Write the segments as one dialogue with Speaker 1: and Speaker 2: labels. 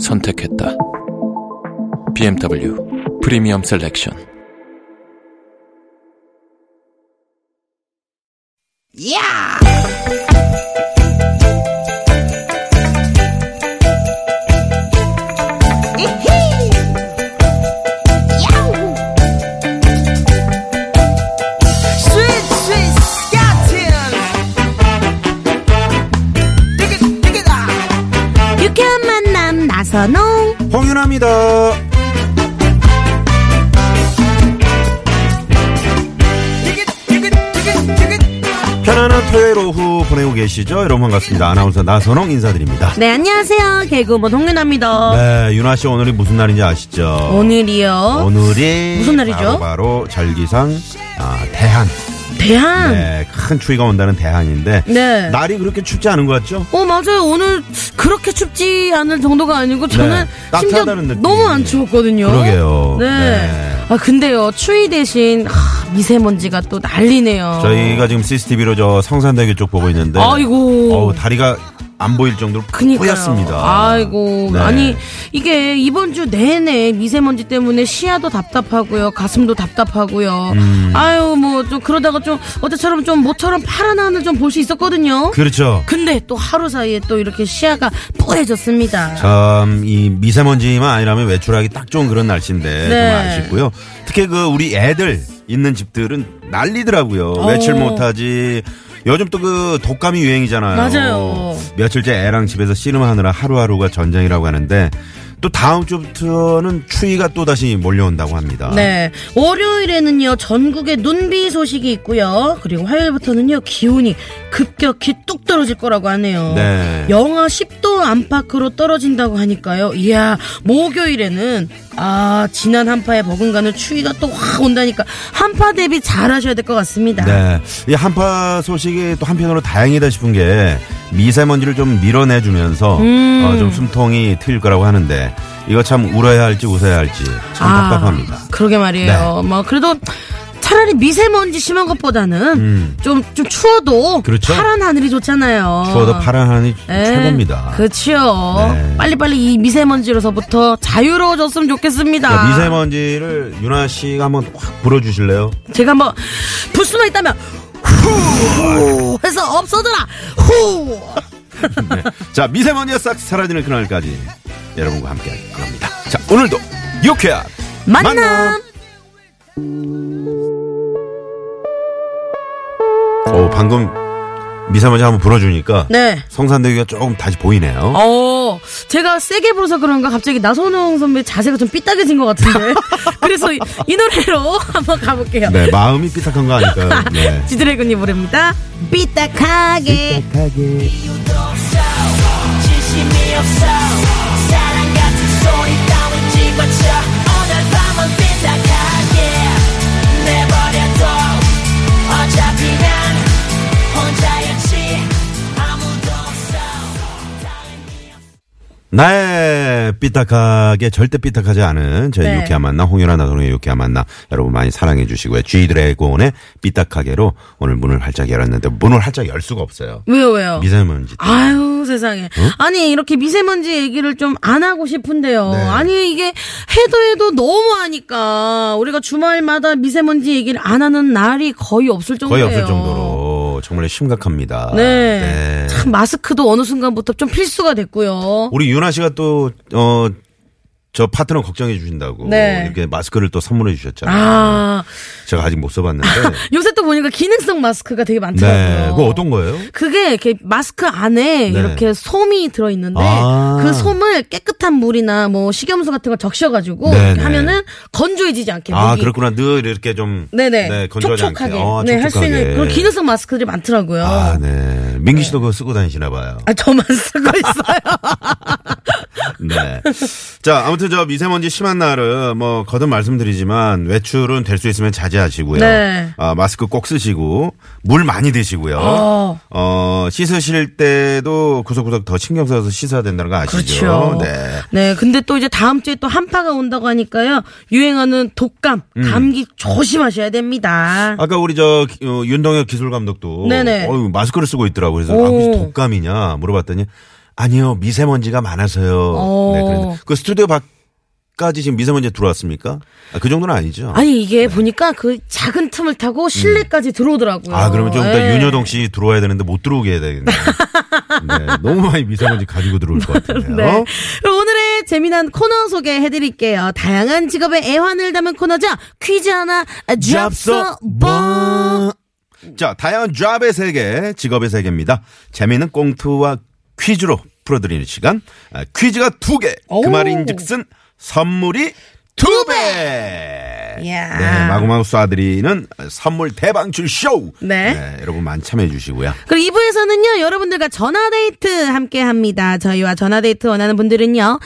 Speaker 1: 선택했다. BMW 프리미엄 셀렉션.
Speaker 2: 야! 이히! 야우! 스윗, 스윗, 스카틴! 띠깃, 띠깃아!
Speaker 3: 유쾌한 만남 나선홍
Speaker 4: 홍윤아입니다.
Speaker 2: 띠깃, 띠깃, 띠깃, 띠깃!
Speaker 4: 편안한 토요일 오후 보내고 계시죠? 여러분 반갑습니다. 아나운서 나선홍 인사드립니다.
Speaker 3: 네 안녕하세요 개그우먼 홍윤아입니다
Speaker 4: 네, 윤아 씨 오늘이 무슨 날인지 아시죠?
Speaker 3: 오늘이요
Speaker 4: 오늘이
Speaker 3: 어? 무슨 날이죠?
Speaker 4: 바로, 바로 절기상 아, 대한.
Speaker 3: 대한
Speaker 4: 네, 큰 추위가 온다는 대한인데
Speaker 3: 음. 네.
Speaker 4: 날이 그렇게 춥지 않은 것 같죠?
Speaker 3: 어 맞아요 오늘 그렇게 춥지 않을 정도가 아니고 저는
Speaker 4: 네,
Speaker 3: 심지어
Speaker 4: 따뜻하다는 느낌.
Speaker 3: 너무 안 추웠거든요
Speaker 4: 그러게요.
Speaker 3: 네.
Speaker 4: 네.
Speaker 3: 아 근데요 추위 대신 하, 미세먼지가 또 난리네요
Speaker 4: 저희가 지금 CCTV로 저 성산대교 쪽 보고 있는데
Speaker 3: 아이고.
Speaker 4: 어우, 다리가 안 보일 정도로
Speaker 3: 그니까요.
Speaker 4: 뿌였습니다.
Speaker 3: 아이고
Speaker 4: 네.
Speaker 3: 아니 이게 이번 주 내내 미세먼지 때문에 시야도 답답하고요, 가슴도 답답하고요.
Speaker 4: 음.
Speaker 3: 아유 뭐 좀 그러다가 좀 어제처럼 좀 모처럼 파란 하늘 좀 볼 수 있었거든요.
Speaker 4: 그렇죠.
Speaker 3: 근데 또 하루 사이에 또 이렇게 시야가 뿌얘졌습니다.
Speaker 4: 참, 이 미세먼지만 아니라면 외출하기 딱 좋은 그런 날씨인데
Speaker 3: 네.
Speaker 4: 좀 아쉽고요. 특히 그 우리 애들 있는 집들은 난리더라고요.
Speaker 3: 어.
Speaker 4: 외출 못하지. 요즘 또 그 독감이 유행이잖아요.
Speaker 3: 맞아요.
Speaker 4: 며칠째 애랑 집에서 씨름하느라 하루하루가 전쟁이라고 하는데 또 다음 주부터는 추위가 또 다시 몰려온다고 합니다.
Speaker 3: 네. 월요일에는요, 전국에 눈비 소식이 있고요. 그리고 화요일부터는요, 기온이 급격히 뚝 떨어질 거라고 하네요.
Speaker 4: 네.
Speaker 3: 영하 10도 안팎으로 떨어진다고 하니까요. 이야, 목요일에는, 아, 지난 한파에 버금가는 추위가 또 확 온다니까. 한파 대비 잘 하셔야 될 것 같습니다.
Speaker 4: 네. 이 한파 소식이 또 한편으로 다행이다 싶은 게 미세먼지를 좀 밀어내주면서
Speaker 3: 음.
Speaker 4: 어, 좀 숨통이 트일 거라고 하는데 이거 참 울어야 할지 웃어야 할지 참
Speaker 3: 아,
Speaker 4: 답답합니다.
Speaker 3: 그러게 말이에요.
Speaker 4: 네.
Speaker 3: 뭐, 그래도 차라리 미세먼지 심한 것보다는 좀 좀 추워도
Speaker 4: 음. 그렇죠.
Speaker 3: 파란 하늘이 좋잖아요.
Speaker 4: 추워도 파란 하늘이
Speaker 3: 에,
Speaker 4: 최고입니다.
Speaker 3: 그치요.
Speaker 4: 네.
Speaker 3: 그렇죠. 빨리빨리 이 미세먼지로서부터 자유로워졌으면 좋겠습니다.
Speaker 4: 자, 미세먼지를 윤아 씨가 한번 확 불어주실래요?
Speaker 3: 제가 한번 불 수만 있다면 후 해서 없어져라 후.
Speaker 4: 네. 자, 미세먼지가 싹 사라지는 그날까지 여러분과 함께 할 겁니다. 자, 오늘도 유쾌한
Speaker 3: 만남.
Speaker 4: 오, 방금 미세먼지 한번 불어주니까
Speaker 3: 네.
Speaker 4: 성산대교가 조금 다시 보이네요.
Speaker 3: 어, 제가 세게 불어서 그런가 갑자기 나선홍 선배 자세가 좀 삐딱해진 것 같은데. 그래서 이, 이 노래로 한번 가볼게요.
Speaker 4: 네, 마음이 삐딱한 거 아닐까요? 네.
Speaker 3: 지드래곤님 부릅니다. 삐딱하게.
Speaker 5: 진심이 없어 사랑 같은 소리 따윈 집어쳐 오늘 밤은 삐딱하게 내버려둬 어차피 난 혼자였지 아무도 없어 다른 이
Speaker 4: 나의 삐딱하게 절대 삐딱하지 않은 저희
Speaker 3: 네.
Speaker 4: 유쾌한 만나 홍윤아 나동의 유쾌한 만나 여러분 많이 사랑해 주시고요. G드래곤의 삐딱하게로 오늘 문을 활짝 열었는데 문을 활짝 열 수가 없어요.
Speaker 3: 왜요, 왜요?
Speaker 4: 미세먼지.
Speaker 3: 아유 세상에
Speaker 4: 어?
Speaker 3: 아니 이렇게 미세먼지 얘기를 좀 안 하고
Speaker 4: 네.
Speaker 3: 싶은데요 아니 이게 해도 해도 너무 하니까 우리가 주말마다 미세먼지 얘기를 안 하는 날이 거의 없을 정도예요
Speaker 4: 거의 없을 정도로 아, 정말 심각합니다.
Speaker 3: 네. 참 마스크도 어느 순간부터 좀 필수가 됐고요
Speaker 4: 우리 윤아 씨가 또 어. 저 파트너 걱정해 주신다고
Speaker 3: 네.
Speaker 4: 이렇게 마스크를 또 선물해 주셨잖아요.
Speaker 3: 아
Speaker 4: 제가 아직 못 써봤는데.
Speaker 3: 요새 또 보니까 기능성 마스크가 되게 많더라고요
Speaker 4: 네, 그거 어떤 거예요?
Speaker 3: 그게 이렇게 마스크
Speaker 4: 네.
Speaker 3: 안에 이렇게 솜이 들어 있는데
Speaker 4: 아.
Speaker 3: 그 솜을 깨끗한 물이나 뭐 식염수 같은 걸 적셔가지고
Speaker 4: 네,
Speaker 3: 이렇게
Speaker 4: 네.
Speaker 3: 하면은 건조해지지 않게
Speaker 4: 아
Speaker 3: 목이.
Speaker 4: 그렇구나 늘 이렇게 좀
Speaker 3: 네네
Speaker 4: 네, 건조하지
Speaker 3: 촉촉하게
Speaker 4: 않게 아,
Speaker 3: 네 할 수 있는
Speaker 4: 촉촉하게.
Speaker 3: 그런 기능성 네. 마스크들이 많더라고요.
Speaker 4: 아, 네. 민기 씨도 그거 쓰고 다니시나 봐요.
Speaker 3: 아, 저만 쓰고 있어요.
Speaker 4: 네. 자, 아무튼 저 미세먼지 심한 날은 뭐 거듭 말씀드리지만 외출은 될 수 있으면 자제하시고요.
Speaker 3: 네.
Speaker 4: 아, 마스크 꼭 쓰시고 물 많이 드시고요.
Speaker 3: 어.
Speaker 4: 어, 씻으실 때도 구석구석 더 신경 써서 씻어야 된다는 거 아시죠?
Speaker 3: 그렇죠.
Speaker 4: 네.
Speaker 3: 네, 근데 또 이제 다음 주에 또 한파가 온다고 하니까요. 유행하는 독감,
Speaker 4: 음.
Speaker 3: 감기 조심하셔야 됩니다.
Speaker 4: 아까 우리 저 기- 어, 윤동혁 기술 감독도
Speaker 3: 네네.
Speaker 4: 어유, 마스크를 쓰고 있더라고 그래서
Speaker 3: 오.
Speaker 4: 아, 혹시 독감이냐 물어봤더니 아니요 미세먼지가 많아서요.
Speaker 3: 오.
Speaker 4: 네, 그랬는데 그 스튜디오 밖까지 지금 미세먼지 들어왔습니까? 아, 그 정도는 아니죠. 음.
Speaker 3: 아니 이게 보니까 그 작은 틈을 타고 실내까지 들어오더라고요.
Speaker 4: 아, 그러면 좀 이따
Speaker 3: 예.
Speaker 4: 윤여동 씨 들어와야 되는데 못 들어오게 해야 되겠네. 네, 너무 많이 미세먼지 가지고 들어올 것 같은데요.
Speaker 3: 네. 그럼 오늘의 재미난 코너 소개해드릴게요. 다양한 직업의 애환을 담은 코너죠. 퀴즈 하나 잡서 뭐.
Speaker 4: 자, 다양한 잡의 세계, 직업의 세계입니다. 재미있는 꽁트와 퀴즈로 풀어드리는 시간. 아, 퀴즈가 두 개. 그
Speaker 3: 오.
Speaker 4: 말인 즉슨 선물이 두 배.
Speaker 3: 이야.
Speaker 4: 네, 마구마구 쏴드리는 선물 대방출 쇼.
Speaker 3: 네.
Speaker 4: 여러분 많참해 주시고요.
Speaker 3: 그리고 2부에서는요, 여러분들과 전화데이트 함께 합니다. 저희와 전화데이트 원하는 분들은요,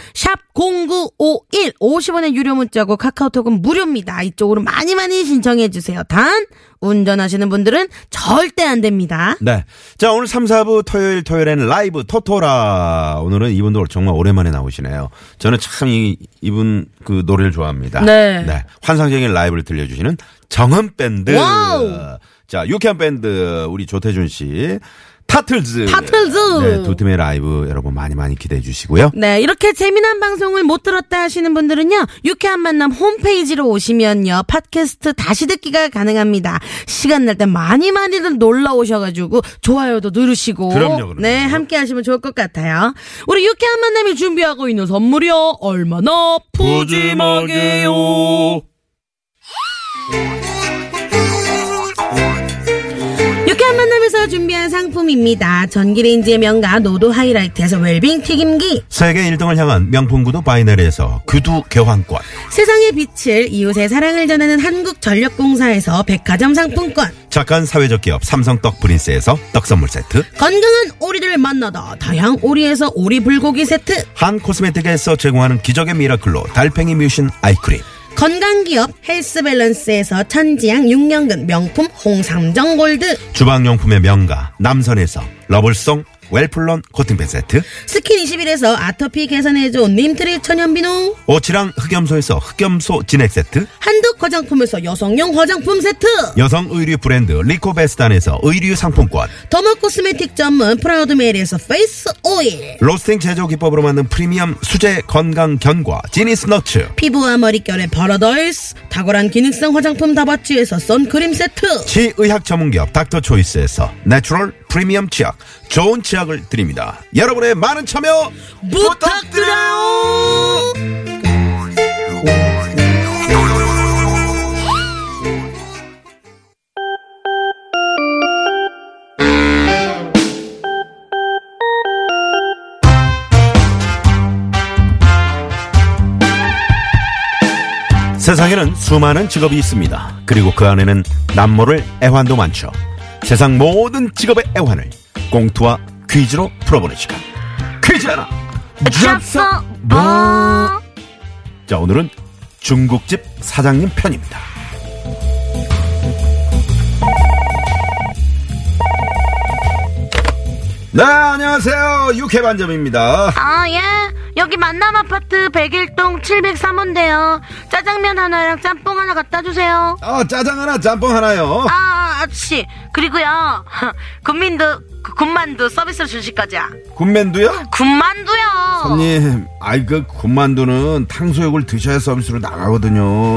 Speaker 3: 샵0951, 50원의 유료 문자고 카카오톡은 무료입니다. 이쪽으로 많이 많이 신청해주세요. 단, 운전하시는 분들은 절대 안 됩니다.
Speaker 4: 네. 자, 오늘 3, 4부 토요일 토요일에는 라이브 토토라. 오늘은 이분도 정말 오랜만에 나오시네요. 저는 참 이, 이분 그 노래를 좋아합니다.
Speaker 3: 네.
Speaker 4: 환상적인 라이브를 들려주시는 정은 밴드.
Speaker 3: 와우.
Speaker 4: 자, 유쾌한 밴드. 우리 조태준 씨. 타틀즈.
Speaker 3: 타틀즈.
Speaker 4: 네, 두 팀의 라이브 여러분 많이 많이 기대해 주시고요.
Speaker 3: 네, 이렇게 재미난 방송을 못 들었다 하시는 분들은요, 유쾌한 만남 홈페이지로 오시면요, 팟캐스트 다시 듣기가 가능합니다. 시간 날 때 많이 많이들 놀러 오셔가지고, 좋아요도 누르시고,
Speaker 4: 그럼요, 그럼요.
Speaker 3: 네, 함께 하시면 좋을 것 같아요. 우리 유쾌한 만남이 준비하고 있는 선물이요, 얼마나 푸짐하게요. 유쾌한 만남에서 준비한 상품입니다. 전기레인지의 명가 노도 하이라이트에서 웰빙 튀김기.
Speaker 4: 세계 1등을 향한 명품 구두 바이네리에서 구두 교환권.
Speaker 3: 세상의 빛을 이웃의 사랑을 전하는 한국전력공사에서 백화점 상품권
Speaker 4: 착한 사회적 기업 삼성 떡 프린스에서 떡 선물 세트.
Speaker 3: 건강한 오리들을 만나다 다양 오리에서 오리 불고기 세트
Speaker 4: 한 코스메틱에서 제공하는 기적의 미라클로 달팽이 뮤신 아이크림
Speaker 3: 건강기업 헬스밸런스에서 천지양 6년근 명품 홍삼정 골드
Speaker 4: 주방용품의 명가 남선에서 러블송 웰플론 코팅팬 세트
Speaker 3: 스킨21에서 아토피 개선해준 님트리 천연비누
Speaker 4: 오치랑 흑염소에서 흑염소 진액 세트
Speaker 3: 한독 화장품에서 여성용 화장품 세트
Speaker 4: 여성 의류 브랜드 리코베스단에서 의류 상품권
Speaker 3: 더머 코스메틱 전문 프라우드메리에서 페이스 오일
Speaker 4: 로스팅 제조 기법으로 만든 프리미엄 수제 건강 견과 지니스 너츠
Speaker 3: 피부와 머릿결의 파라다이스 탁월한 기능성 화장품 다바치에서 선크림 세트
Speaker 4: 치의학 전문기업 닥터초이스에서 내추럴 프리미엄 치약 좋은 치약을 드립니다 여러분의 많은 참여
Speaker 3: 부탁드려요.
Speaker 4: 세상에는 수많은 직업이 있습니다. 그리고 그 안에는 남모를 애환도 많죠. 세상 모든 직업의 애환을 꽁투와 퀴즈로 풀어보는 시간. 퀴즈 하나. 잡서 뭐. 자 오늘은 중국집 사장님 편입니다. 네 안녕하세요 육회반점입니다.
Speaker 3: 아, 예. 여기 만남 아파트 101동 703호인데요. 짜장면 하나랑 짬뽕 하나 갖다 주세요.
Speaker 4: 아 짜장 하나 짬뽕 하나요.
Speaker 3: 아, 아, 아저씨. 그리고요. 군민도 그 군만두 서비스로 주실까지야.
Speaker 4: 군맨두요?
Speaker 3: 군만두요.
Speaker 4: 손님, 아이 그 군만두는 탕수육을 드셔야 서비스로 나가거든요.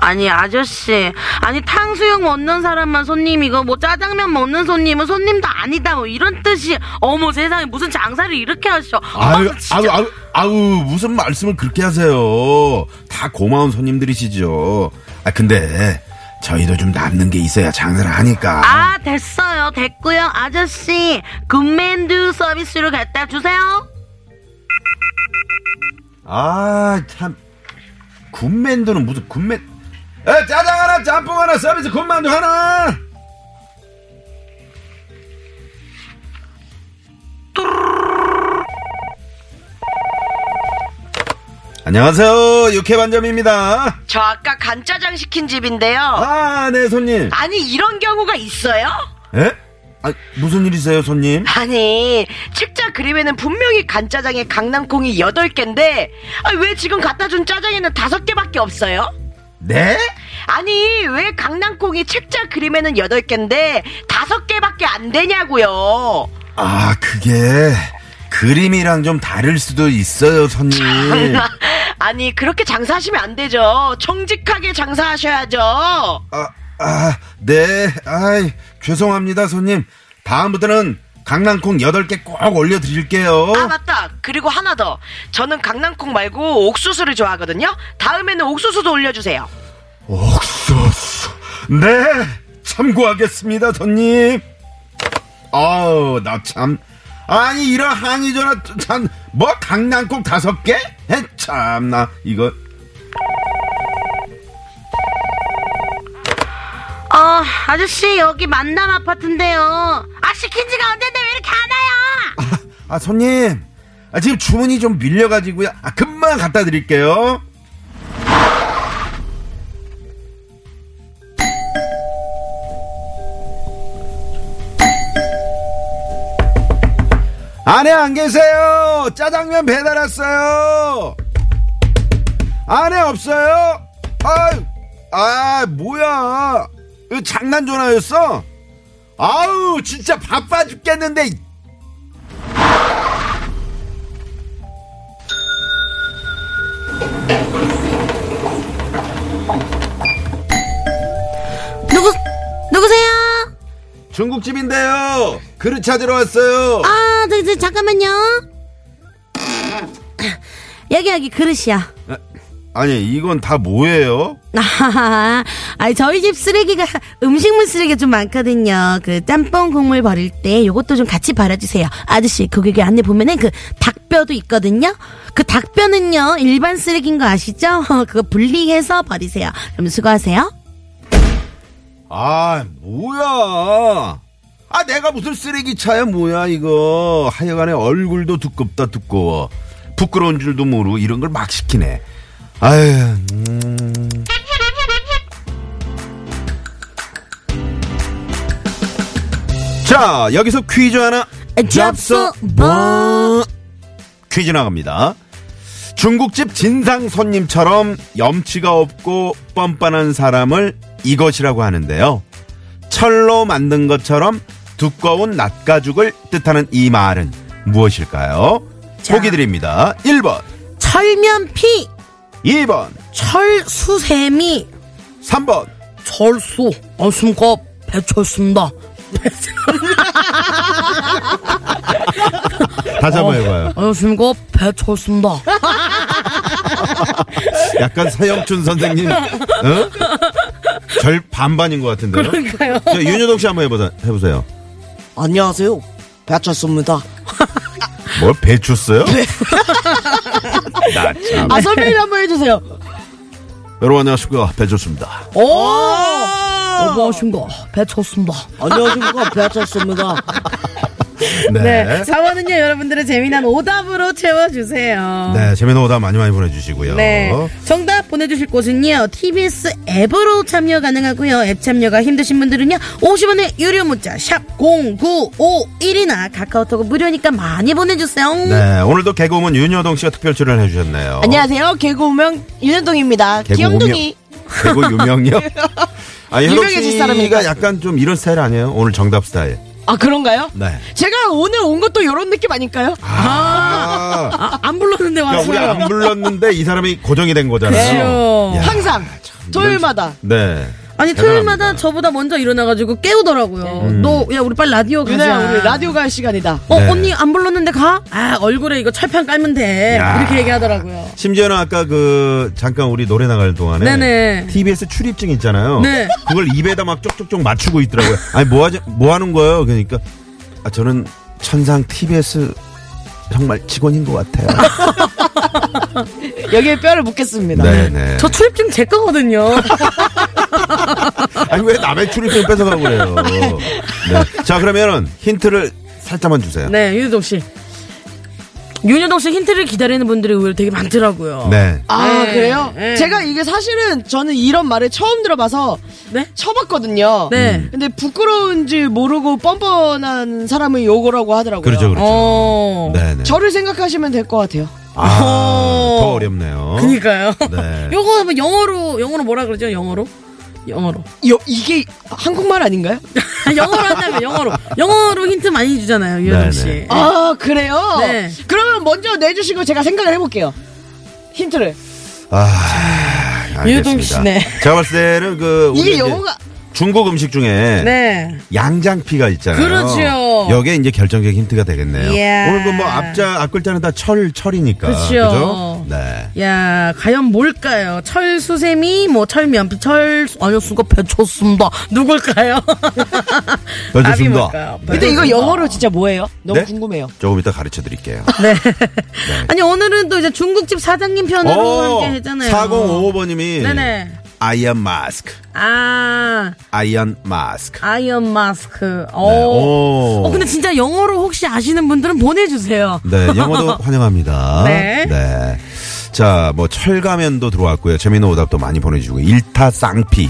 Speaker 3: 아니 아저씨 아니 탕수육 먹는 사람만 손님이고 뭐 짜장면 먹는 손님은 손님도 아니다 뭐 이런 뜻이 어머 세상에 무슨 장사를 이렇게 하셔
Speaker 4: 아유,
Speaker 3: 아,
Speaker 4: 아유,
Speaker 3: 진짜.
Speaker 4: 아유, 아유, 무슨 말씀을 그렇게 하세요. 다 고마운 손님들이시죠. 아, 근데 저희도 좀 남는 게 있어야 장사를 하니까.
Speaker 3: 아 됐어요 됐고요 아저씨 군맨두 서비스로 갖다 주세요
Speaker 4: 아, 참. 군만두는 무슨 군맨. 에, 짜장 하나, 짬뽕 하나, 서비스 군만두 하나! 안녕하세요. 육회반점입니다.
Speaker 6: 저 아까 간짜장 시킨 집인데요.
Speaker 4: 아, 네, 손님.
Speaker 6: 아니 이런 경우가 있어요?
Speaker 4: 예? 아, 무슨 일이세요, 손님?
Speaker 6: 아니 책자 그림에는 분명히 간짜장에 강낭콩이 8개인데 아, 왜 지금 갖다 준 짜장에는 5개밖에 없어요?
Speaker 4: 네?
Speaker 6: 아니 왜 강낭콩이 책자 그림에는 8개인데 5개밖에 안 되냐고요
Speaker 4: 아, 그게 그림이랑 좀 다를 수도 있어요, 손님.
Speaker 6: 아니 그렇게 장사하시면 안 되죠 정직하게 장사하셔야죠
Speaker 4: 아, 아, 네. 아이, 죄송합니다, 손님. 다음부터는 강낭콩 8개 꼭 올려드릴게요.
Speaker 6: 아 맞다 그리고 하나 더 저는 강낭콩 말고 옥수수를 좋아하거든요 다음에는 옥수수도 올려주세요
Speaker 4: 옥수수. 네, 참고하겠습니다, 손님. 아우, 나 참. 아니, 이런 항의 전화, 참, 뭐, 강낭국 다섯 개? 에, 참나, 이거.
Speaker 3: 어, 아저씨, 여기 만남 아파트인데요. 아, 시킨 지가 언젠데 왜 이렇게 안 와요?
Speaker 4: 아, 손님. 아, 지금 주문이 좀 밀려가지고요. 아, 금방 갖다 드릴게요. 아내 안 계세요. 짜장면 배달 왔어요. 아내 없어요. 아유, 아, 뭐야. 이거 장난 전화였어? 아우, 진짜 바빠 죽겠는데.
Speaker 3: 누구, 누구세요?
Speaker 4: 중국집인데요. 그릇 찾으러 왔어요.
Speaker 3: 아, 저, 저, 잠깐만요. 여기, 여기, 그릇이야.
Speaker 4: 아. 니 이건 다 뭐예요?
Speaker 3: 아하하. 아, 저희 집 쓰레기가 음식물 쓰레기가 좀 많거든요. 그 짬뽕 국물 버릴 때 요것도 좀 같이 버려주세요. 아저씨, 거기 여기 안에 보면은 그 닭뼈도 있거든요. 그 닭뼈는요 일반 쓰레기인 거 아시죠? 그거 분리해서 버리세요. 그럼 수고하세요.
Speaker 4: 아, 뭐야. 아, 내가 무슨 쓰레기 차야, 뭐야, 이거. 하여간에 얼굴도 두껍다, 두꺼워. 부끄러운 줄도 모르고 이런 걸 막 시키네. 아유, 음. 자, 여기서 퀴즈 하나.
Speaker 3: 아, 잡서 뭐.
Speaker 4: 퀴즈 나갑니다. 중국집 진상 손님처럼 염치가 없고 뻔뻔한 사람을 이것이라고 하는데요. 철로 만든 것처럼 두꺼운 낫가죽을 뜻하는 이 말은 무엇일까요?
Speaker 3: 자.
Speaker 4: 보기 드립니다. 1번,
Speaker 3: 철면피,
Speaker 4: 2번,
Speaker 3: 철수세미,
Speaker 4: 3번.
Speaker 3: 철수 안승갑 배철수입니다.
Speaker 4: 다시 한번 해봐요.
Speaker 3: 안승갑 어, 배철수입니다.
Speaker 4: 약간 서영춘 선생님, 어? 절 반반인 것 같은데요?
Speaker 3: 그러니까요.
Speaker 4: 자, 윤여동 씨 한번 해보자, 해보세요.
Speaker 6: 안녕하세요 배철수입니다
Speaker 4: 뭘 뭐, 배추 써요? 나 참.
Speaker 6: 네. 아 선배님 한번 해주세요
Speaker 4: 여러분 안녕하십니까 배조수입니다.
Speaker 3: 어머신가 배철수입니다.
Speaker 6: 안녕하십니까 배철수입니다
Speaker 4: 네. 네.
Speaker 3: 4번은요, 여러분들의 재미난 오답으로 채워주세요.
Speaker 4: 네, 재미난 오답 많이 많이 보내주시고요.
Speaker 3: 네. 정답 보내주실 곳은요, TBS 앱으로 참여 가능하고요. 앱 참여가 힘드신 분들은요, 50원의 유료 문자, 샵0951이나 카카오톡은 무료니까 많이 보내주세요.
Speaker 4: 네, 오늘도 개그우먼 윤여동 씨가 특별 출연해 주셨네요.
Speaker 6: 안녕하세요. 개그우명 윤현동입니다.
Speaker 4: 개그
Speaker 6: 기영둥이.
Speaker 4: 개그 유명요? 아, 현동
Speaker 6: 유명해질
Speaker 4: 씨가
Speaker 6: 사람이니까.
Speaker 4: 약간 좀 이런 스타일 아니에요? 오늘 정답 스타일.
Speaker 6: 아 그런가요?
Speaker 4: 네.
Speaker 6: 제가 오늘 온 것도 이런 느낌 아닐까요?
Speaker 4: 아,
Speaker 3: 아, 안 불렀는데
Speaker 4: 야, 우리
Speaker 3: 왔어요.
Speaker 4: 안 불렀는데 이 사람이 고정이 된 거잖아요.
Speaker 6: 그렇죠.
Speaker 3: 그래요.
Speaker 4: 야,
Speaker 6: 항상 토요일마다
Speaker 4: 네.
Speaker 3: 아니, 토요일마다 저보다 먼저 일어나가지고 깨우더라고요. 너, 야, 우리 빨리 라디오 가자.
Speaker 6: 윤아야 우리 라디오 갈 시간이다.
Speaker 3: 어,
Speaker 4: 네.
Speaker 3: 언니 안 불렀는데 가? 아, 얼굴에 이거 철판 깔면 돼.
Speaker 4: 야.
Speaker 3: 이렇게 얘기하더라고요.
Speaker 4: 심지어는 아까 그 잠깐 우리 노래 나갈 동안에
Speaker 3: 네네.
Speaker 4: TBS 출입증 있잖아요.
Speaker 3: 네.
Speaker 4: 그걸 입에다 막 쪽쪽쪽 맞추고 있더라고요. 아니 뭐 하지 뭐 하는 거예요? 그러니까 아 저는 천상 TBS 정말 직원인 것 같아요.
Speaker 6: 여기에 뼈를 묻겠습니다.
Speaker 4: 네네.
Speaker 3: 저 출입증 제 거거든요.
Speaker 4: 아니 왜 남의 출입증 뺏어가고 그래요? 네. 자 그러면은 힌트를 살짝만 주세요.
Speaker 3: 네, 유동 씨. 윤여동 씨 힌트를 기다리는 분들이 의외로 되게 많더라고요.
Speaker 4: 네.
Speaker 7: 아
Speaker 3: 네,
Speaker 7: 그래요?
Speaker 3: 네.
Speaker 7: 제가 이게 사실은 저는 이런 말을 처음 들어봐서
Speaker 3: 네?
Speaker 4: 음.
Speaker 7: 쳐봤거든요.
Speaker 3: 네.
Speaker 7: 근데 부끄러운지 모르고 뻔뻔한 사람은 요거라고 하더라고요.
Speaker 4: 그렇죠, 그렇죠.
Speaker 3: 어.
Speaker 4: 네네.
Speaker 7: 저를 생각하시면 될 것 같아요.
Speaker 4: 아,
Speaker 3: 어.
Speaker 4: 더 어렵네요.
Speaker 3: 그니까요.
Speaker 4: 네.
Speaker 3: 요거 뭐 영어로 영어로 뭐라 그러죠? 영어로? 영어로.
Speaker 7: 여- 이게 한국말 아닌가요?
Speaker 3: 영어로 한다면 영어로. 영어로 힌트 많이 주잖아요,
Speaker 4: 네,
Speaker 3: 윤여동 씨.
Speaker 4: 네.
Speaker 7: 아 그래요?
Speaker 3: 네.
Speaker 7: 그러면 먼저 내주시고 제가 생각을 해볼게요. 힌트를.
Speaker 4: 아,
Speaker 3: 유동
Speaker 4: 알겠습니다.
Speaker 3: 씨네.
Speaker 4: 제가 봤을 때는 그 우리
Speaker 7: 이게
Speaker 4: 이제
Speaker 7: 영어가
Speaker 4: 중국 음식 중에
Speaker 3: 네.
Speaker 4: 양장피가 있잖아요.
Speaker 3: 그렇죠.
Speaker 4: 여기에 이제 결정적인 힌트가 되겠네요.
Speaker 3: 예.
Speaker 4: 오늘 그뭐 앞자 앞글자는 다 철 철이니까.
Speaker 3: 그렇죠.
Speaker 4: 그죠? 네.
Speaker 3: 야, 과연 뭘까요? 철수세미, 뭐, 철면, 철, 아니요, 수가 배쳤습니다. 누굴까요?
Speaker 4: 배쳤습니다.
Speaker 3: 답이 뭘까요?
Speaker 7: 근데 이거 영어로 진짜 뭐예요? 너무
Speaker 4: 네?
Speaker 7: 궁금해요.
Speaker 4: 조금 이따 가르쳐 드릴게요.
Speaker 3: 네. 아니, 오늘은 또 이제 중국집 사장님 편으로
Speaker 4: 어,
Speaker 3: 함께 했잖아요.
Speaker 4: 4055번님이
Speaker 3: 네네.
Speaker 4: 아이언 마스크.
Speaker 3: 아,
Speaker 4: 아이언 마스크.
Speaker 3: 아이언 마스크. 오.
Speaker 4: 네. 오.
Speaker 3: 어, 근데 진짜 영어로 혹시 아시는 분들은 보내주세요.
Speaker 4: 네, 영어도 환영합니다.
Speaker 3: 네.
Speaker 4: 자, 뭐 철가면도 들어왔고요. 재미있는 오답도 많이 보내주고 일타쌍피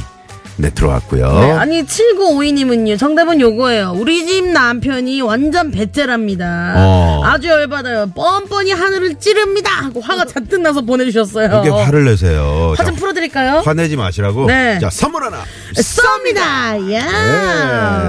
Speaker 4: 네 들어왔고요.
Speaker 3: 네, 아니 7952님은요 정답은 요거예요 우리 집 남편이 완전 배째랍니다
Speaker 4: 어.
Speaker 3: 아주 열받아요 뻔뻔히 하늘을 찌릅니다 하고 화가 잔뜩 나서 보내주셨어요
Speaker 4: 이게 화를 내세요.
Speaker 3: 화 좀
Speaker 4: 자,
Speaker 3: 풀어드릴까요?
Speaker 4: 화내지 마시라고.
Speaker 3: 네.
Speaker 4: 자, 선물 하나.
Speaker 3: 쏩니다 야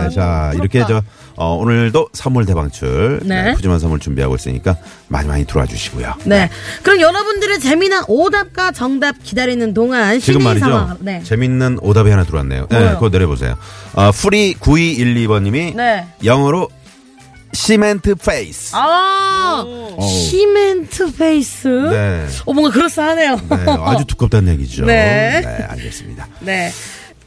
Speaker 3: 음,
Speaker 4: 네. 자, 이렇게 저 어, 오늘도 선물 대방출
Speaker 3: 네.
Speaker 4: 네, 푸짐한 선물 준비하고 있으니까 많이 많이 들어와 주시고요.
Speaker 3: 네. 그럼 여러분들의 재미난 오답과 정답 기다리는 동안
Speaker 4: 지금
Speaker 3: 시내
Speaker 4: 말이죠.
Speaker 3: 상황. 네.
Speaker 4: 재밌는 오답이 하나 들어왔네요. 네,
Speaker 3: 뭐요?
Speaker 4: 그거 내려보세요. 어, 프리 9212번님이
Speaker 3: 네.
Speaker 4: 영어로 시멘트 페이스.
Speaker 3: 아 시멘트 페이스.
Speaker 4: 네.
Speaker 3: 어 뭔가 그럴싸하네요.
Speaker 4: 네, 아주 두껍다는 얘기죠.
Speaker 3: 네.
Speaker 4: 알겠습니다.
Speaker 3: 네.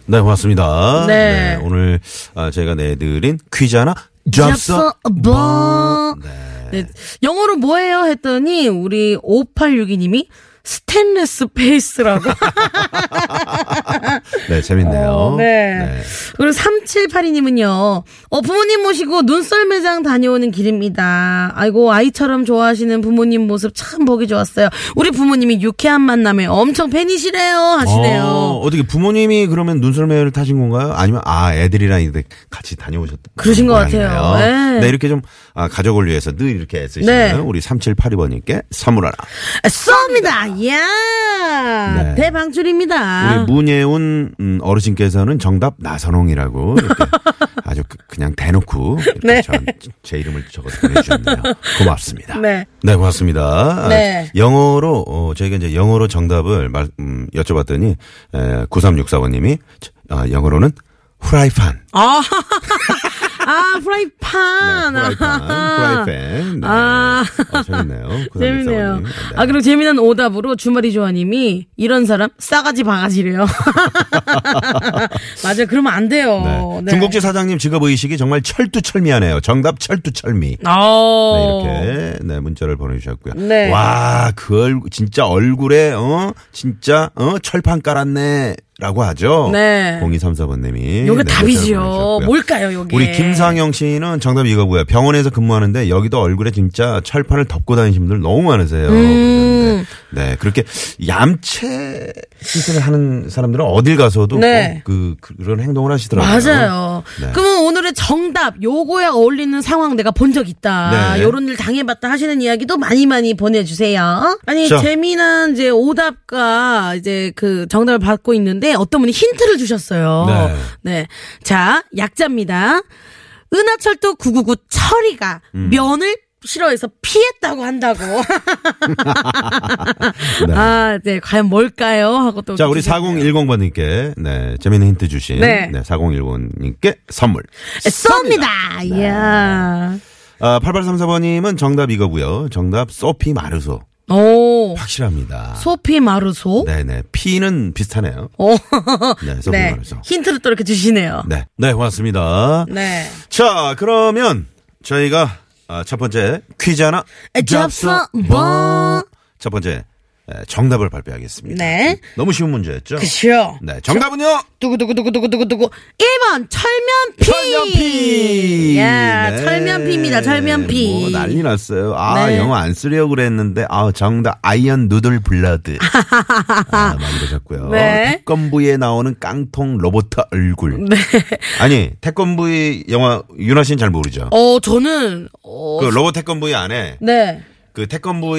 Speaker 4: 네, 고맙습니다.
Speaker 3: 네.
Speaker 4: 오늘 아, 제가 내드린 퀴즈 하나, 잡서
Speaker 3: 뭐.
Speaker 4: 네.
Speaker 3: 네. 영어로 뭐예요? 했더니 우리 5862님이 스탠레스 페이스라고.
Speaker 4: 네, 재밌네요.
Speaker 3: 어, 네. 그리고 3782님은요. 어, 부모님 모시고 눈썰 매장 다녀오는 길입니다. 아이고, 아이처럼 좋아하시는 부모님 모습 참 보기 좋았어요. 우리 부모님이 유쾌한 만남에 엄청 팬이시래요. 하시네요.
Speaker 4: 어, 어떻게 부모님이 그러면 눈썰매를 타신 건가요? 아니면 아 애들이랑 이제 같이 다녀오셨던
Speaker 3: 그러신 것
Speaker 4: 모양이네요.
Speaker 3: 같아요. 네.
Speaker 4: 네, 이렇게 좀 아, 가족을 위해서 늘 이렇게 애쓰시는
Speaker 3: 네.
Speaker 4: 우리 3782번님께 선물하라.
Speaker 3: 아, 쏩니다! 야
Speaker 4: 네.
Speaker 3: 대방출입니다.
Speaker 4: 우리 문예훈 음, 어르신께서는 정답 나선홍이라고 이렇게 아주 그- 그냥 대놓고 이렇게
Speaker 3: 네.
Speaker 4: 전- 제 이름을 적어서 보내주셨네요. 고맙습니다.
Speaker 3: 네.
Speaker 4: 고맙습니다.
Speaker 3: 네.
Speaker 4: 아, 영어로 어, 저희가 이제 영어로 정답을 말, 음, 여쭤봤더니 에, 9364번님이 아, 영어로는 후라이팬.
Speaker 3: 아, 아, 프라이팬.
Speaker 4: 네,
Speaker 3: 아하.
Speaker 4: 후라이팬. 후라이팬. 네.
Speaker 3: 아.
Speaker 4: 어, 재밌네요. 9364 번님.
Speaker 3: 재밌네요.
Speaker 4: 네.
Speaker 3: 아, 그리고 재미난 오답으로 주말이 조아님이 이런 사람 싸가지 바가지래요. 맞아요. 그러면 안 돼요.
Speaker 4: 네.
Speaker 3: 네.
Speaker 4: 중국집 사장님 직업 의식이 정말 철두철미하네요. 정답 철두철미.
Speaker 3: 아.
Speaker 4: 네, 이렇게 네 문자를 보내주셨고요.
Speaker 3: 네.
Speaker 4: 와, 그 얼굴 진짜 얼굴에 어 진짜 어 철판 깔았네라고 하죠.
Speaker 3: 네.
Speaker 4: 0234번님이
Speaker 3: 요게
Speaker 4: 네,
Speaker 3: 답이지요. 뭘까요, 요게?
Speaker 4: 우리 김상영 씨는 정답 이거고요. 병원에서 근무하는데 여기도 얼굴에 진짜 철판을 덮고 다니시는 분들 너무 많으세요.
Speaker 3: 음.
Speaker 4: 네, 네, 그렇게 얌체 짓을 하는 사람들은 어딜 가서도
Speaker 3: 네.
Speaker 4: 꼭 그, 그런 행동을 하시더라고요.
Speaker 3: 맞아요.
Speaker 4: 네.
Speaker 3: 그러면 오늘의 정답, 요거에 어울리는 상황 내가 본 적 있다.
Speaker 4: 네.
Speaker 3: 요런 일 당해봤다 하시는 이야기도 많이 많이 보내주세요. 아니,
Speaker 4: 자.
Speaker 3: 재미난 이제 오답과 이제 그 정답을 받고 있는데 어떤 분이 힌트를 주셨어요.
Speaker 4: 네.
Speaker 3: 네. 자, 약자입니다. 은하철도 999 철이가
Speaker 4: 음.
Speaker 3: 면을 싫어해서 피했다고 한다고.
Speaker 4: 네.
Speaker 3: 아, 네. 과연 뭘까요? 하고 또.
Speaker 4: 자, 우리
Speaker 3: 주셨네요.
Speaker 4: 4010번님께, 네, 재밌는 힌트 주신,
Speaker 3: 네.
Speaker 4: 네, 4010번님께 선물.
Speaker 3: 쏩니다. 이야.
Speaker 4: 아, 8834번님은 정답 이거고요 정답, 소피 마르소.
Speaker 3: 오.
Speaker 4: 확실합니다.
Speaker 3: 어? 소피 마르소.
Speaker 4: 네네. 피는 비슷하네요.
Speaker 3: 오.
Speaker 4: 네, 소피
Speaker 3: 네.
Speaker 4: 마르소.
Speaker 3: 힌트를 또 이렇게 주시네요.
Speaker 4: 네. 네, 고맙습니다.
Speaker 3: 네.
Speaker 4: 자, 그러면 저희가 아, 첫 번째 퀴즈 하나.
Speaker 3: 잡숴 뭐.
Speaker 4: 첫 번째 에, 정답을 발표하겠습니다.
Speaker 3: 네. 그렇죠.
Speaker 4: 너무 쉬운 문제였죠?
Speaker 3: 그쵸.
Speaker 4: 네, 정답은요?
Speaker 3: 두구두구두구두구두구두구. 1번, 철면피!
Speaker 4: 철면피. 네.
Speaker 3: 예, 철면피입니다,
Speaker 4: 뭐
Speaker 3: 철면피.
Speaker 4: 난리 났어요. 아,
Speaker 3: 네.
Speaker 4: 영어 안 쓰려고 그랬는데, 아, 정답, 아이언 누들 블러드. 아, 막 이러셨고요.
Speaker 3: 네.
Speaker 4: 태권부에 나오는 깡통 로봇 얼굴. 아니, 태권부의 영화, 윤아 씨는 잘 모르죠?
Speaker 3: 어, 저는, 어,
Speaker 4: 그 로봇 태권부의 안에,
Speaker 3: 네.
Speaker 4: 그 태권부가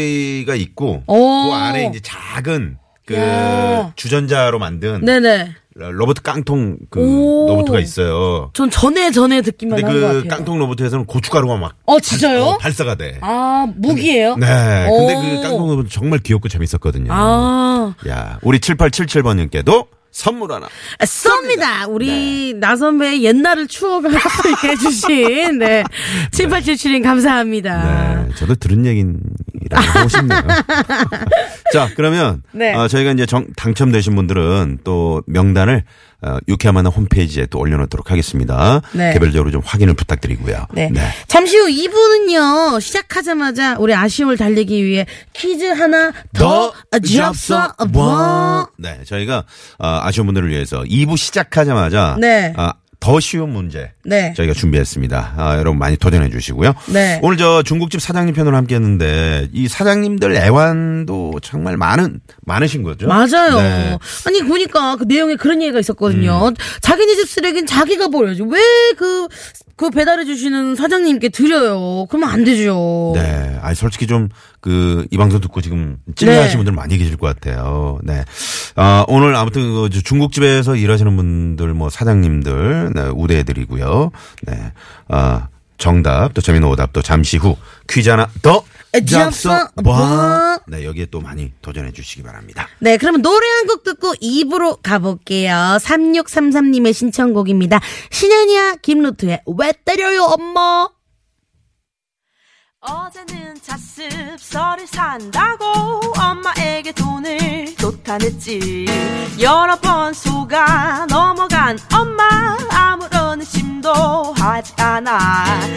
Speaker 4: 있고,
Speaker 3: 오.
Speaker 4: 그 안에 이제 작은, 그
Speaker 3: 야.
Speaker 4: 주전자로 만든
Speaker 3: 네네.
Speaker 4: 로봇 깡통 그
Speaker 3: 오.
Speaker 4: 로봇가 있어요.
Speaker 3: 전 전에 전에 듣기만
Speaker 4: 근데
Speaker 3: 한 것
Speaker 4: 그
Speaker 3: 같아요.
Speaker 4: 깡통 로봇에서는 고춧가루가 막
Speaker 3: 어, 진짜요?
Speaker 4: 어, 발사가 돼.
Speaker 3: 아, 무기예요
Speaker 4: 네. 근데 그
Speaker 3: 오.
Speaker 4: 깡통 로봇 정말 귀엽고 재밌었거든요.
Speaker 3: 아,
Speaker 4: 야, 우리 7877번님께도 선물 하나.
Speaker 3: 쏩니다. 네. 우리 나선배의 옛날을 추억을 해주신, 네. 7877님 감사합니다.
Speaker 4: 네, 저도 들은 얘기라고 하고 싶네요. 자, 그러면
Speaker 3: 네.
Speaker 4: 어, 저희가 이제 정- 당첨되신 분들은 또 명단을 어, 유쾌한 만남 홈페이지에 또 올려놓도록 하겠습니다.
Speaker 3: 네.
Speaker 4: 개별적으로 좀 확인을 부탁드리고요.
Speaker 3: 네. 잠시 후 2부는요, 시작하자마자 우리 아쉬움을 달리기 위해 퀴즈 하나 더 뭐. 잡숴 봐.
Speaker 4: 네, 저희가 어, 아쉬운 분들을 위해서 2부 시작하자마자
Speaker 3: 네.
Speaker 4: 아, 더 쉬운 문제
Speaker 3: 네.
Speaker 4: 저희가 준비했습니다. 아, 여러분 많이 도전해 주시고요.
Speaker 3: 네.
Speaker 4: 오늘 저 중국집 사장님 편으로 함께했는데 이 사장님들 애완도 정말 많은 많으신 거죠?
Speaker 3: 맞아요.
Speaker 4: 네.
Speaker 3: 아니 보니까 그 내용에 그런 얘기가 있었거든요. 자기네 집 쓰레기는 자기가 버려야지. 왜 그 그 배달해 주시는 사장님께 드려요. 그러면 안 되죠.
Speaker 4: 네. 아니 솔직히 좀 그 이 방송 듣고 지금 찔려하신
Speaker 3: 네.
Speaker 4: 분들 많이 계실 것 같아요. 네. 아 오늘 아무튼 그 저- 중국집에서 일하시는 분들 뭐 사장님들 네, 우대해드리고요. 네. 아 정답 또 재미있는 오답 또 잠시 후 퀴즈 하나 더.
Speaker 3: 잡숴 봐.
Speaker 4: 네 여기에 또 많이 도전해 주시기 바랍니다.
Speaker 3: 네, 그러면 노래 한 곡 듣고 입으로 가볼게요. 3633님의 신청곡입니다. 신현이야 김루트의 왜 때려요 엄마.
Speaker 8: 어제는 자습서를 산다고 엄마에게 돈을 도탄했지 여러 번 속아 넘어간 엄마 아무런 의심도 하지 않아